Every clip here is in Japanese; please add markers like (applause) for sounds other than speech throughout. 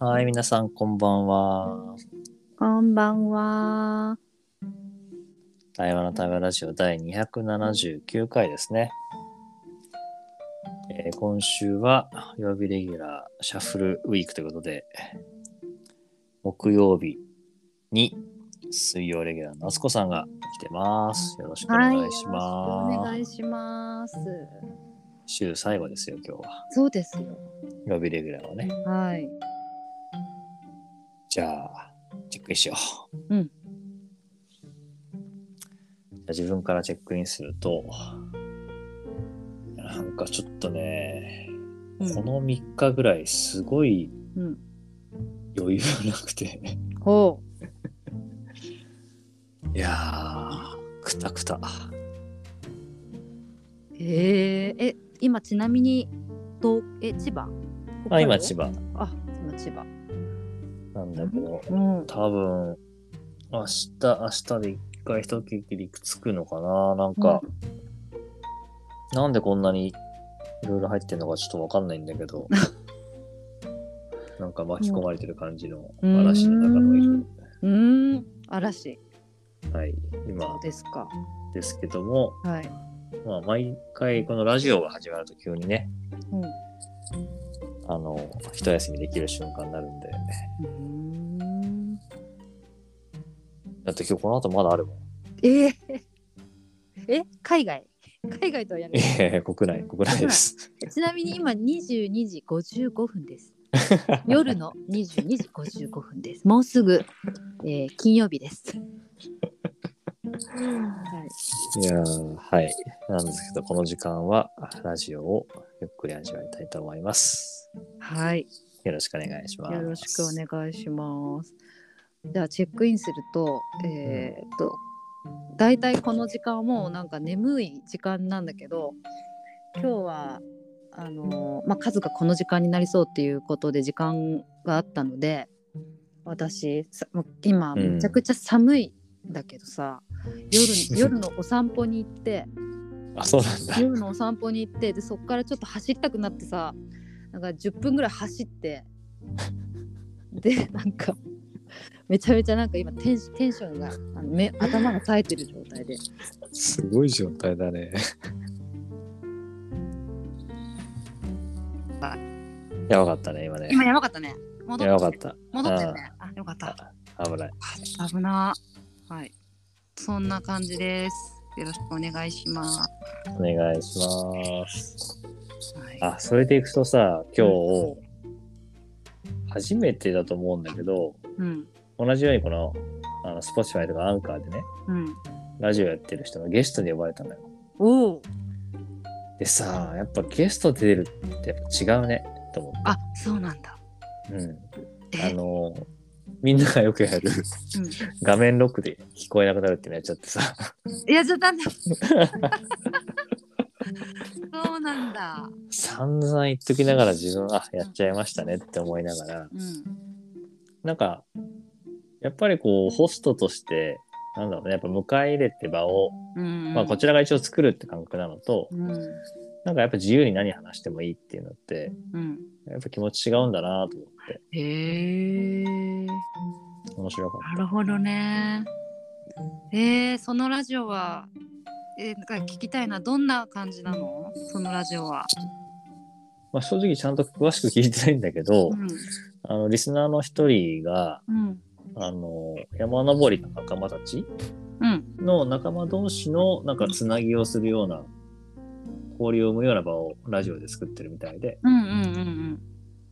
はい、皆さん、こんばんは。こんばんは。台湾の台湾ラジオ第279回ですね。えー今週は、曜日レギュラー、シャッフルウィークということで、木曜日に、水曜レギュラーの夏子さんが来てます。よろしくお願いします。お願いします。週最後ですよ、今日は。そうですよ。曜日レギュラーはね。はい。じゃあ、チェックインしよう。うんじゃあ自分からチェックインすると、なんかちょっとね、うんこの3日ぐらいすごいうん。余裕がなくて、ほいやー、くたくた。う。へええ、今ちなみに、どう、え、千葉。あ、今千葉。葉あ、今千葉。なんだけど、うん。多分、明日、明日で一回一区切りつくのかななんか、なんでこんなにいろいろ入ってんのかちょっとわかんないんだけ (laughs) ど、なんか巻き込まれてる感じの嵐の中のいる、うん。うーん。嵐。はい、そ今うですか。ですけども、はい。まあ、毎回このラジオが始まると急にね、うん。あの、一休みできる瞬間になるんで、うーん。だって今日この後まだあるもん。えー、え、海外。 (laughs) 海外とはやめいて。やいや国内、国内です。ちなみに今22時55分です。夜の22時55分です。もうすぐ、えー金曜日です。はい、いやーはい。なんですけど、この時間はラジオをゆっくり味わいたいと思います。はい、よろしくお願いします。よろしくお願いします。じゃあチェックインすると、えーっと、だいたいこの時間はもうなんか眠い時間なんだけど、今日はあのーまあ数がこの時間になりそうっていうことで時間があったので、私さもう今うんめちゃくちゃ寒いんだけどさ、 (laughs) 夜夜のお散歩に行って。あ、そうなんだ。夜のお散歩に行ってでそっからちょっと走りたくなってさなんか10分ぐらい走ってでなんかめちゃめちゃなんか今テンシテンションがあの目頭が冴えてる状態ですごい状態だね。はやばかったね、今ね。今やばかったね戻やばかっってた。戻ったよねあよかった危ない。危なはいそんな感じですよろしくお願いします、お願いします。はい、あ、それでいくとさ、今日、初めてだと思うんだけど、うん同じようにこの、あの、Spotify とかアンカーでね、うんラジオやってる人のゲストに呼ばれたのよ。おおでさやっぱゲスト出るってやっぱ違うねと思あそうなんだう、うん、あえのみんながよくやるうん画面ロックで聞こえなくなるっていうのやっちゃってさいやちょっと待ってそうなんだ散々言っときながら自分あやっちゃいましたねって思いながらうんなんかやっぱりこうホストとしてなんだろうねやっぱ迎え入れて場を、ままあ、こちらが一応作るって感覚なのと、うんなんかやっぱ自由に何話してもいいっていうのってうん、やっぱ気持ち違うんだなと思ってへえ面白かっなるほどね。えー、そのラジオは、えー、なんか聞きたいなどんな感じなのそのラジオは。た、まあ、正直ちゃんと詳しく聞いてないんだけど、うんあの、リスナーの一人が、うんあの、山登りの仲間たちうんの仲間同士の、なんか、つなぎをするような、交流を生むような場をラジオで作ってるみたいで、うんうんうん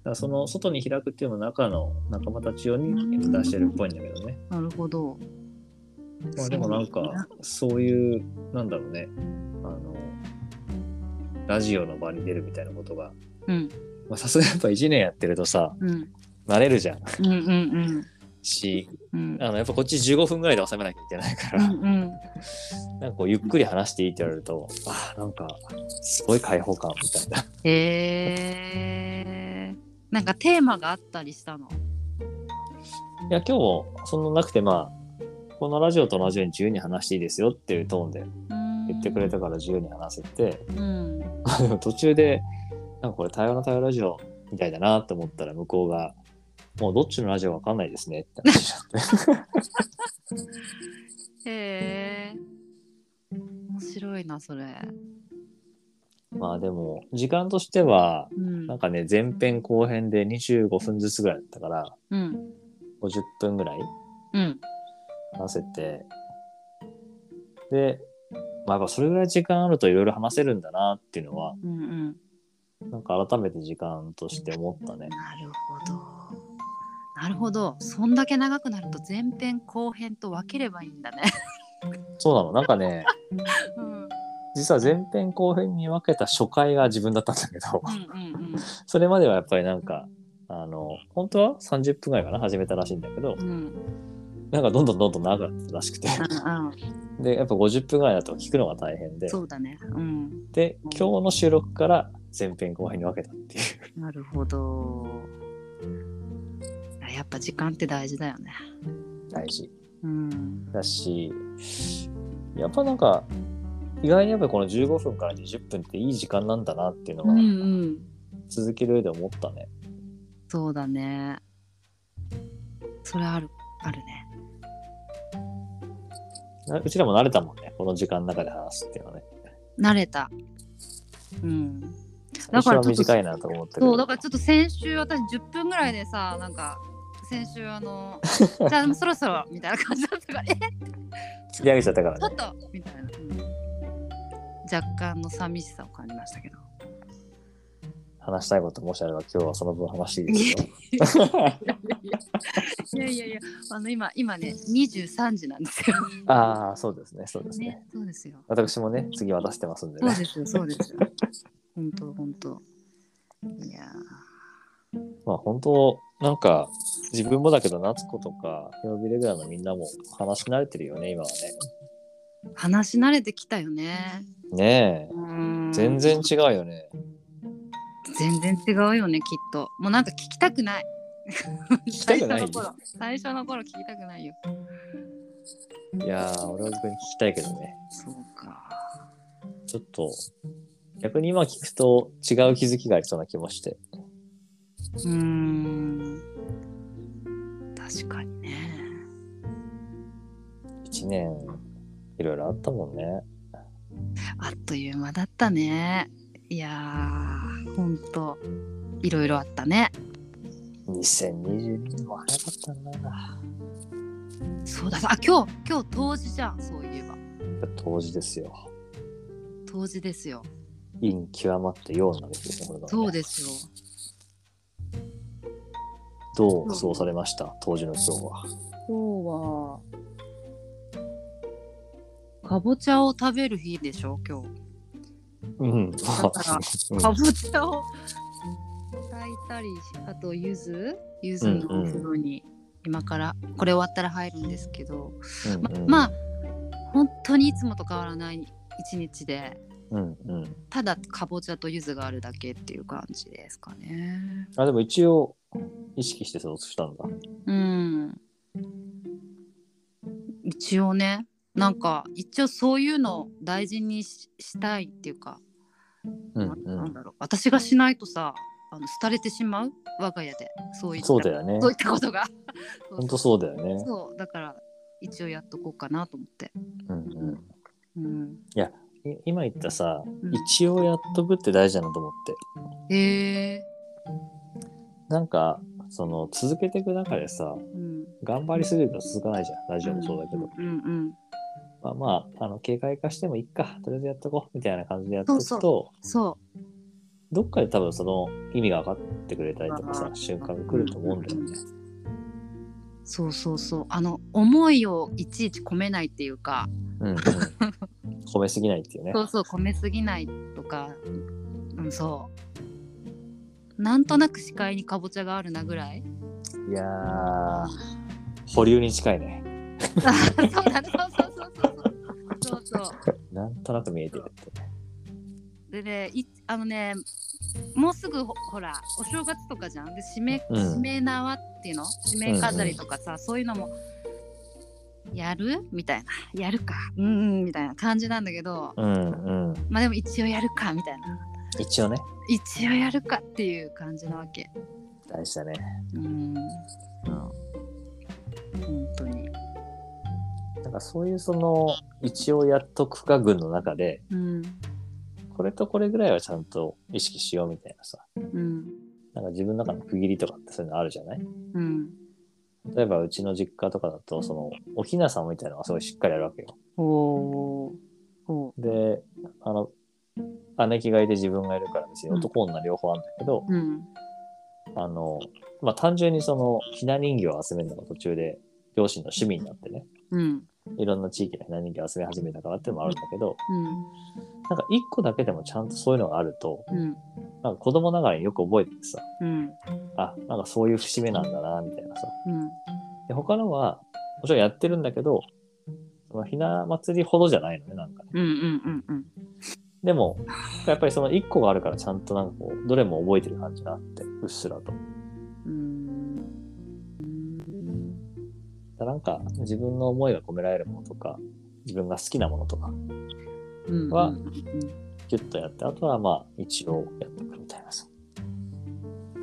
だからその、外に開くっていうのの中の仲間たち用に出してるっぽいんだけどね。うんなるほど。まあ、でもなんか、そういう、なんだろうね、あの、ラジオの場に出るみたいなことが、うんまあさすがにやっぱ1年やってるとさ、うん慣れるじゃん。うんうんうんし、うんあの、やっぱこっち15分ぐらいで収めなきゃいけないかうら。んうんなんかこうゆっくり話していいって言われると、あーなんかすごい開放感みたいな。へえなんかテーマがあったりしたの。いや、今日もそんななくて、まあ、このラジオと同じように自由に話していいですよっていうトーンで言ってくれたから自由に話せて、 (laughs) うん。でも途中で、なんかこれ台湾の台湾ラジオみたいだなと思ったら向こうが、もうどっちのラジオわかんないですねって話しちゃって。へえ面白いなそれまあでも、時間としては、うんなんかね、前編後編で25分ずつぐらいだったから、うん50分ぐらいうん話せて、で、まあやっぱそれぐらい時間あるといろいろ話せるんだなっていうのは、うんうんなんか改めて時間として思ったね。なるほどなるほどそんだけ長くなると前編後編と分ければいいんだねそうなの、なんかね、うんうん実は前編後編に分けた初回が自分だったんだけど、 (laughs) うんそれまではやっぱりなんか、あの、本当は30分ぐらいかな、始めたらしいんだけどう、んうんなんかどんどんどんどん長くなったらしくて、ああで、やっぱ50分ぐらいだと聞くのが大変で、そうだねうんで、今日の収録から前編後編に分けたっていう。 (laughs) なるほどあやっぱ時間って大事だよね大事うんだしやっぱなんか意外にやっぱこの15分から20分っていい時間なんだなっていうのうんうはん続ける上で思ったね、そうだねそれあるあるねなうちらも慣れたもんねこの時間の中で話すっていうのはね慣れたうん最初は短いなと思ってるそうだからちょっと先週私10分ぐらいでさなんか先週あの (laughs) じゃあもうそろそろみたいな感じだったからえ切り上げちゃったからちょっねとみたいな、うん若干の寂しさを感じましたけど話したいこともしあれば今日はその分話していいですよいやいやいやあの今今ね23時なんですよああそうですねそうですねねそうですよ私もね次渡してますんでそうねですよそうですよ本当本当いやまあ本当なんか自分もだけど夏子とか曜日レギュラーのみんなも話し慣れてるよね今はねー話し慣れてきたよねねえうん全然違うよね。全然違うよねきっともうなんか聞きたくないきたくない最初の頃最初の頃聞きたくないよいやー、俺は逆に聞きたいけどね。そうかちょっと、逆に今聞くと違う気づきがありそうな気もして。うーん確かにね一年、いろいろあったもんね。あっという間だったねいやーほんといろいろあったね2022年も早かったな。そうだあ今日今日冬至じゃんそういえば当時ですよ。冬至ですよ陰極まってようなべきですね、これが、ね。そうですよどう過ごされました当時の今日は。今日はかぼちゃを食べる日でしょ今日うん。だからかぼちゃを炊いたりあと柚子柚子のお風呂に今からこれ終わったら入るんですけど、うんうんままあ本当にいつもと変わらない一日でうんうん。ただかぼちゃと柚子があるだけっていう感じですかね。あ、でも一応、意識して過ごしたんだ。うん一応ねなんか一応そういうのを大事にししたいっていうかうんなうなんん。だろう私がしないとさあの廃れてしまう我が家でそういったそうだよねそ。ういったこと (laughs) がそう本当そうだよね。そうだから一応やっとこうかなと思って、うんうん。うん、い今言ったさ、ん一応やっとくって大事だなと思ってへえなんかその続けていく中でさうん頑張りすぎると続かないじゃんラジオもそうだけど、うんうんうんまあまああの警戒化してもいいかとりあえずやっとこうみたいな感じでやっとくとそうそどっかで多分その意味が分かってくれたりとかさあー瞬間が来ると思うんだよね、うそうそうそうあの思いをいちいち込めないっていうかうんうん、褒めすぎないっていうねそうそう込めすぎないとかうんそうなんとなく視界にかぼちゃがあるなぐらいいやー保留に近いねあ (laughs) そうだねそうそうそうそうそうそうそうなんとなく見えてるってねでねいあのねもうすぐほほらお正月とかじゃんで締めうん締め縄っていうの締め飾りとかさ、そういうのもやるみたいなやるかうんうんみたいな感じなんだけどうんうんまあでも一応やるかみたいな一応ね一応やるかっていう感じなわけ大事だね。うんうん。本当になんかそういうその、一応やっとくか群の中で、うんこれとこれぐらいはちゃんと意識しようみたいなさ、うんなんか自分の中の区切りとかってそういうのあるじゃないうん例えばうちの実家とかだと、その、おひなさんみたいなのがすごいしっかりあるわけよ。おおおで、あの、姉貴がいて自分がいるから別にうん男女両方あるんだけど、うんあの、まあ、単純にその、ひな人形を集めるのが途中で、両親の趣味になってね、うんいろんな地域のひな人形を集め始めたからっていうのもあるんだけど、うんなんか一個だけでもちゃんとそういうのがあると、うんなんか子供ながらによく覚えててさ、うんあ、なんかそういう節目なんだな、みたいなさ。うんで、他のは、もちろんやってるんだけど、そのひな祭りほどじゃないのね、なんかね。うんうんうんでも、やっぱりその一個があるからちゃんとなんかこう、どれも覚えてる感じがあって、うっすらと。うんだなんか自分の思いが込められるものとか、自分が好きなものとか、うんはうんうんギュッとやって、あとはまあ、一応やっていくみたいなさ。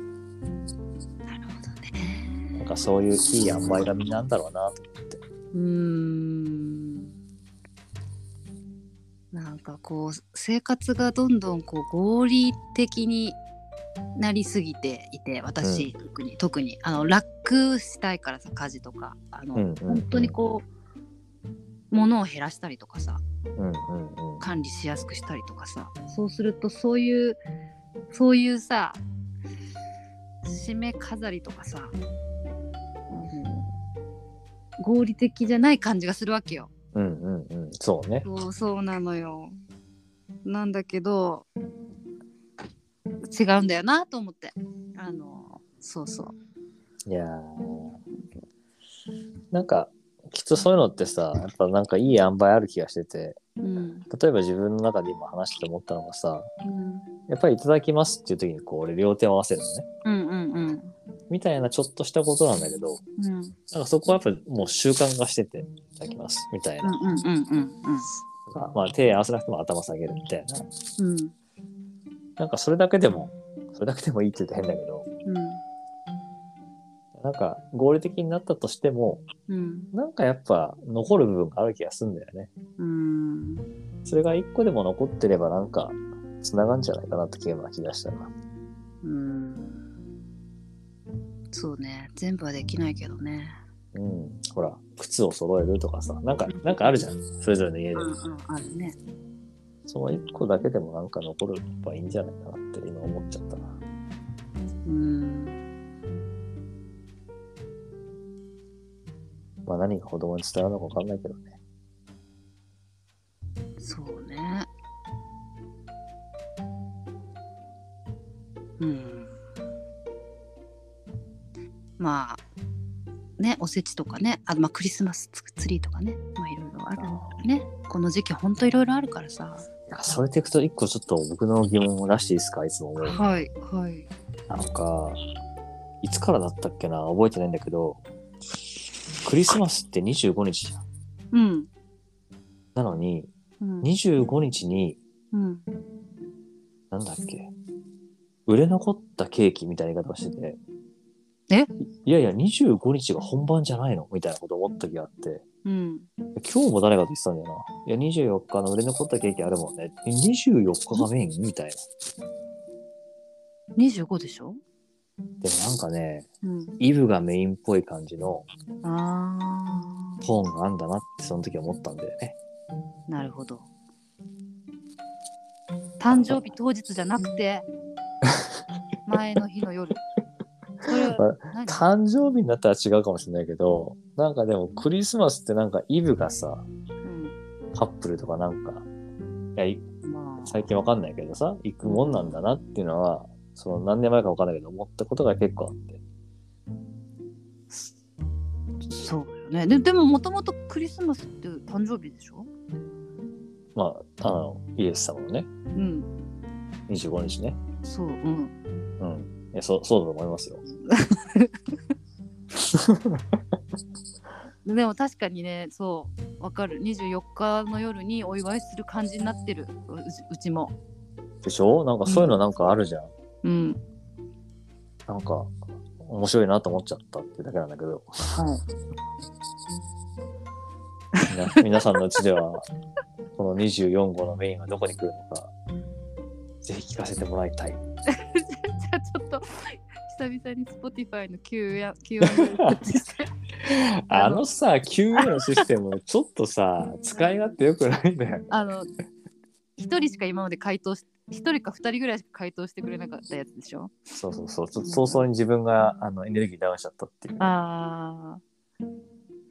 なるほどねなんかそういういい塩梅がみんなあんだろうなと思って。うーんなんかこう生活がどんどんこう合理的になりすぎていて私、特に特にあの楽したいからさ家事とかあの、うんうんうん本当にこう物を減らしたりとかさうんうんうん。管理しやすくしたりとかさそうするとそういうそういうさ締め飾りとかさ、うん合理的じゃない感じがするわけよ。うんうんうん。そうね。そうそうなのよ。なんだけど違うんだよなと思ってあのそうそう。いやーなんか、きっとそういうのってさ、やっぱなんかいい塩梅ある気がしてて、うん例えば自分の中で今話してて思ったのがさ、うんやっぱりいただきますっていう時にこう、俺両手を合わせるのね。うんうんうんみたいなちょっとしたことなんだけど、うんなんかそこはやっぱもう習慣化してて、いただきますみたいな。うんうんうんまあ手合わせなくても頭下げるみたいな。うんなんかそれだけでも、それだけでもいいって言うと変だけど、なんか合理的になったとしても、うんうんなんかやっぱ残る部分がある気がするんだよね。うんそれが一個でも残ってればなんか繋がんじゃないかなって気が気がしたな。うんそうね全部はできないけどねうん。ほら、靴を揃えるとかさ、なんか、なんかあるじゃん。それぞれの家でう。んうんあるねその一個だけでもなんか残ればいいんじゃないかなって今思っちゃったな。うんまあ何が子供に伝わるのかわかんないけどね。そうねうんまあねおせちとかねあまあクリスマスツツリーとかねまあいろいろあるからねこの時期ほんといろいろあるからさいや、それでいくと一個ちょっと僕の疑問を出していいですかいつも思う。はいはいなんか、いつからだったっけな覚えてないんだけど、クリスマスって25日じゃん。うんなのに、うん25日に、うんなんだっけ、売れ残ったケーキみたいな言い方をしてて、えいやいや、25日が本番じゃないのみたいなことを思った時があって、うん今日も誰かと言ってたんだよな。いや、24日の売れ残ったケーキあるもんね。え24日がメインみたいな。 25でしょでもなんかね、うんイブがメインっぽい感じのああトーンがあんだなってその時思ったんだよね。なるほど誕生日当日じゃなくて前の日の夜それは何誕生日になったら違うかもしれないけど、なんかでもクリスマスってなんかイブがさ、うんカップルとかなんか、いやいまあ最近わかんないけどさ、行くもんなんだなっていうのは、その何年前かわかんないけど、思ったことが結構あって。そうよねででももともとクリスマスって誕生日でしょまあ、あの、イエス様のね、うん25日ね。そううんうん。いや、そう、そうだと思いますよ。でも確かにねそうわかる24日の夜にお祝いする感じになってるううちうちもでしょなんかそういうのなんかあるじゃん。うんなんか、面白いなと思っちゃったってだけなんだけど、はい。みな (laughs) (laughs) 皆さんのうちでは、この24号のメインはどこに来るのか、ぜひ聞かせてもらいたい。じゃあちょっと久々に Spotify の Q&A をしてあのさ、QA のシステム、ちょっとさ、使い勝手良くないんだよね。あの一人しか今まで回答し一人か二人ぐらいしか回答してくれなかったやつでしょそうそうそう、ちょっと早々に自分があのエネルギーダウンしちゃったっていう。ああ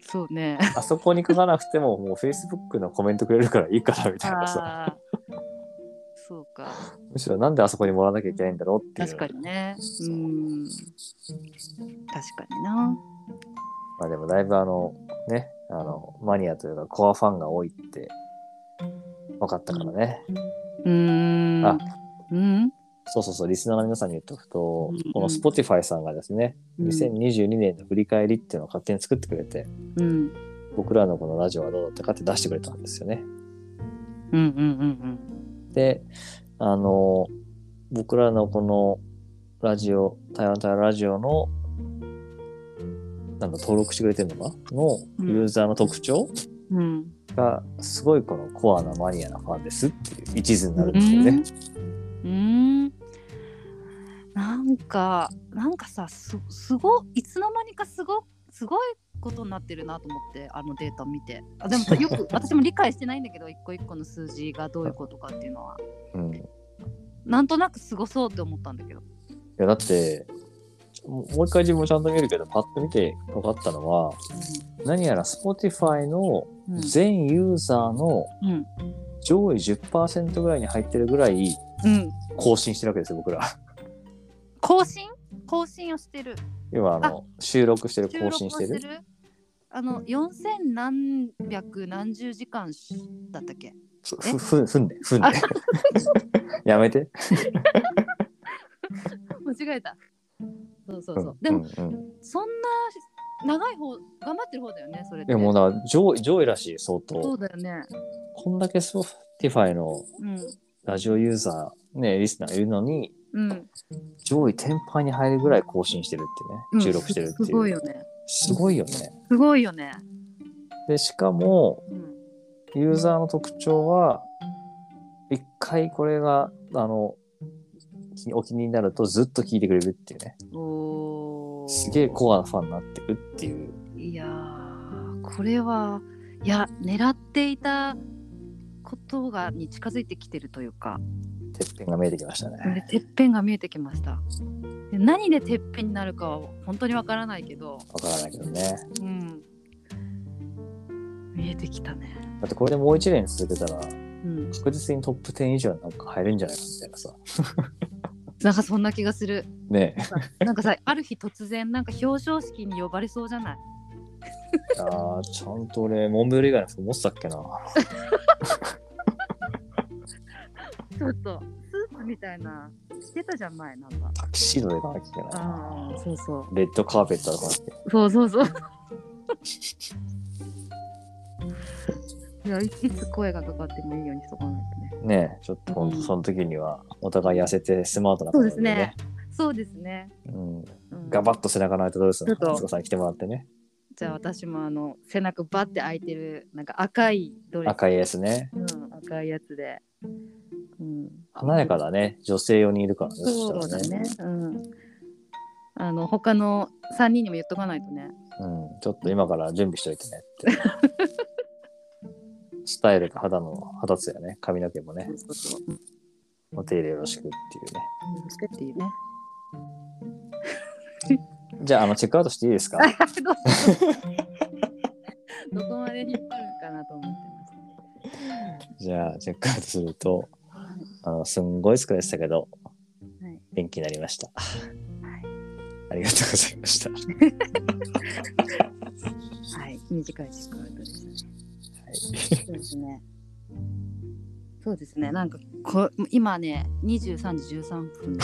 そうねあそこに書かなくても、もう Facebook のコメントくれるからいいからみたいなさ、ああそうかむしろなんであそこにもらわなきゃいけないんだろうっていう。確かにねうん確かになまあでもだいぶあの、ね、あの、マニアというかコアファンが多いって分かったからね。うーんあうんそうそうそう、リスナーの皆さんに言っておくと、うんこの Spotify さんがですね、うん2022年の振り返りっていうのを勝手に作ってくれて、うん僕らのこのラジオはどうだったかって出してくれたんですよね。うんうんうんで、あの、僕らのこのラジオ、台湾台湾ラジオの、なんだ、登録してくれてるのかのうんユーザーの特徴、うんうんがすごいこのコアなマニアなファンですっていう一途になるんですよね。うん。うんなんかなんかさすすごいつの間にかすごすごいことになってるなと思ってあのデータ見てあでもさ (laughs) よく私も理解してないんだけど一個一個の数字がどういうことかっていうのはうん、いなんとなくすごそうって思ったんだけどやだってもうもう一回自分もちゃんと見るけどパッと見て分かったのは何やら Spotify のうんうん全ユーザーのうん上位10%ぐらいに入ってるぐらいうん更新してるわけですよ僕ら。更新更新をしてる今あの収録してる収録更新をしてるするあの4000何百何十時間しだった (laughs) っけふえふふんふんでふんでやめて。間違えたそうそううんそう、でも、うんうんそんな長い方頑張ってる方だよねそれっいてやもうだから上位上位らしい相そう当。だよねこんだけ Spotify のうんラジオユーザー、ね、リスナーいるのに、うん上位天敗に入るぐらい更新してるっていうんうね。収録してるっていう。すごいよねすごいよね。すごいよねで、しかも、うんユーザーの特徴は、一回これが、あの、きお気に入りになるとずっと聞いてくれるっていうね。おーすげえコアなファンになってるっていう。いやーこれはいや狙っていたことがに近づいてきてるというかてっぺんが見えてきましたでね。てっぺんが見えてきましたで何でてっぺんになるかは本当にわからないけどわからないけどね。うん見えてきたねだってこれでもう一年続けたら、うん確実にトップ10以上なんか入るんじゃないかみたいなさ。なんかそんな気がする (laughs) ねえ。なんかさある日突然なんか表彰式に呼ばれそうじゃないあーちゃんと俺、モンベル以外の服持ってたっけな。ちょっとスーツみたいな着てたじゃん前なんかタキシードで行かなきゃいけないあなあ。そうそレッドカーペットとかって。うそうそうそういやいいつ声がかかってもいいようにしとかないとねねえちょっとほんうとんその時にはお互い痩せてスマートなそう感じですねそうですね、うん、うん、ガバッと背中の開いたドレスのちょっと夏子さんに来てもらってねじゃあ私もあの背中バッて開いてるなんか赤いドレス赤いエースねうん、赤いやつで、うん、華やかだね女性用にいるからねそうだそしたらね。うん。あの他の三人にも言っとかないとね。うん、ちょっと今から準備しといてねって (laughs) スタイルと肌の肌つやね髪の毛もねそうそうそう。お手入れよろしくっていうね助けて (laughs) いいね。じゃああのチェックアウトしていいですかどうどこまで引っ張るかなと思っじゃあチェックアウトするとあのすんごい疲れてたけどてます。はい。元気になりました。ありがとうございました。はい、はい。短い時間でしたね。そうですね。そうですね。なんかこ今ね、23時13分で。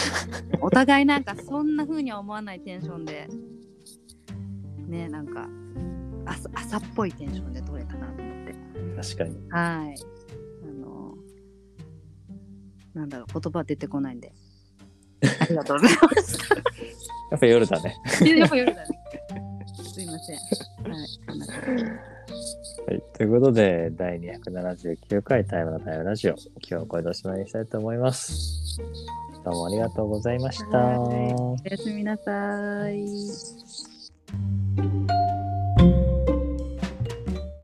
お互いなんかそんな風には思わないテンションで、ね、なんか朝朝っぽいテンションで撮れたなと思って。確かに。はい。あの、なんだろう、言葉出てこないんで。ありがとうございます。やっぱ夜だね。 (laughs) やっぱ夜だね。すいません。はい。こんな感じはい、ということで、第279回タイムのタイムラジオ、今日はこれでおしまいにしたいと思います。どうもありがとうございました。はいおやすみなさい。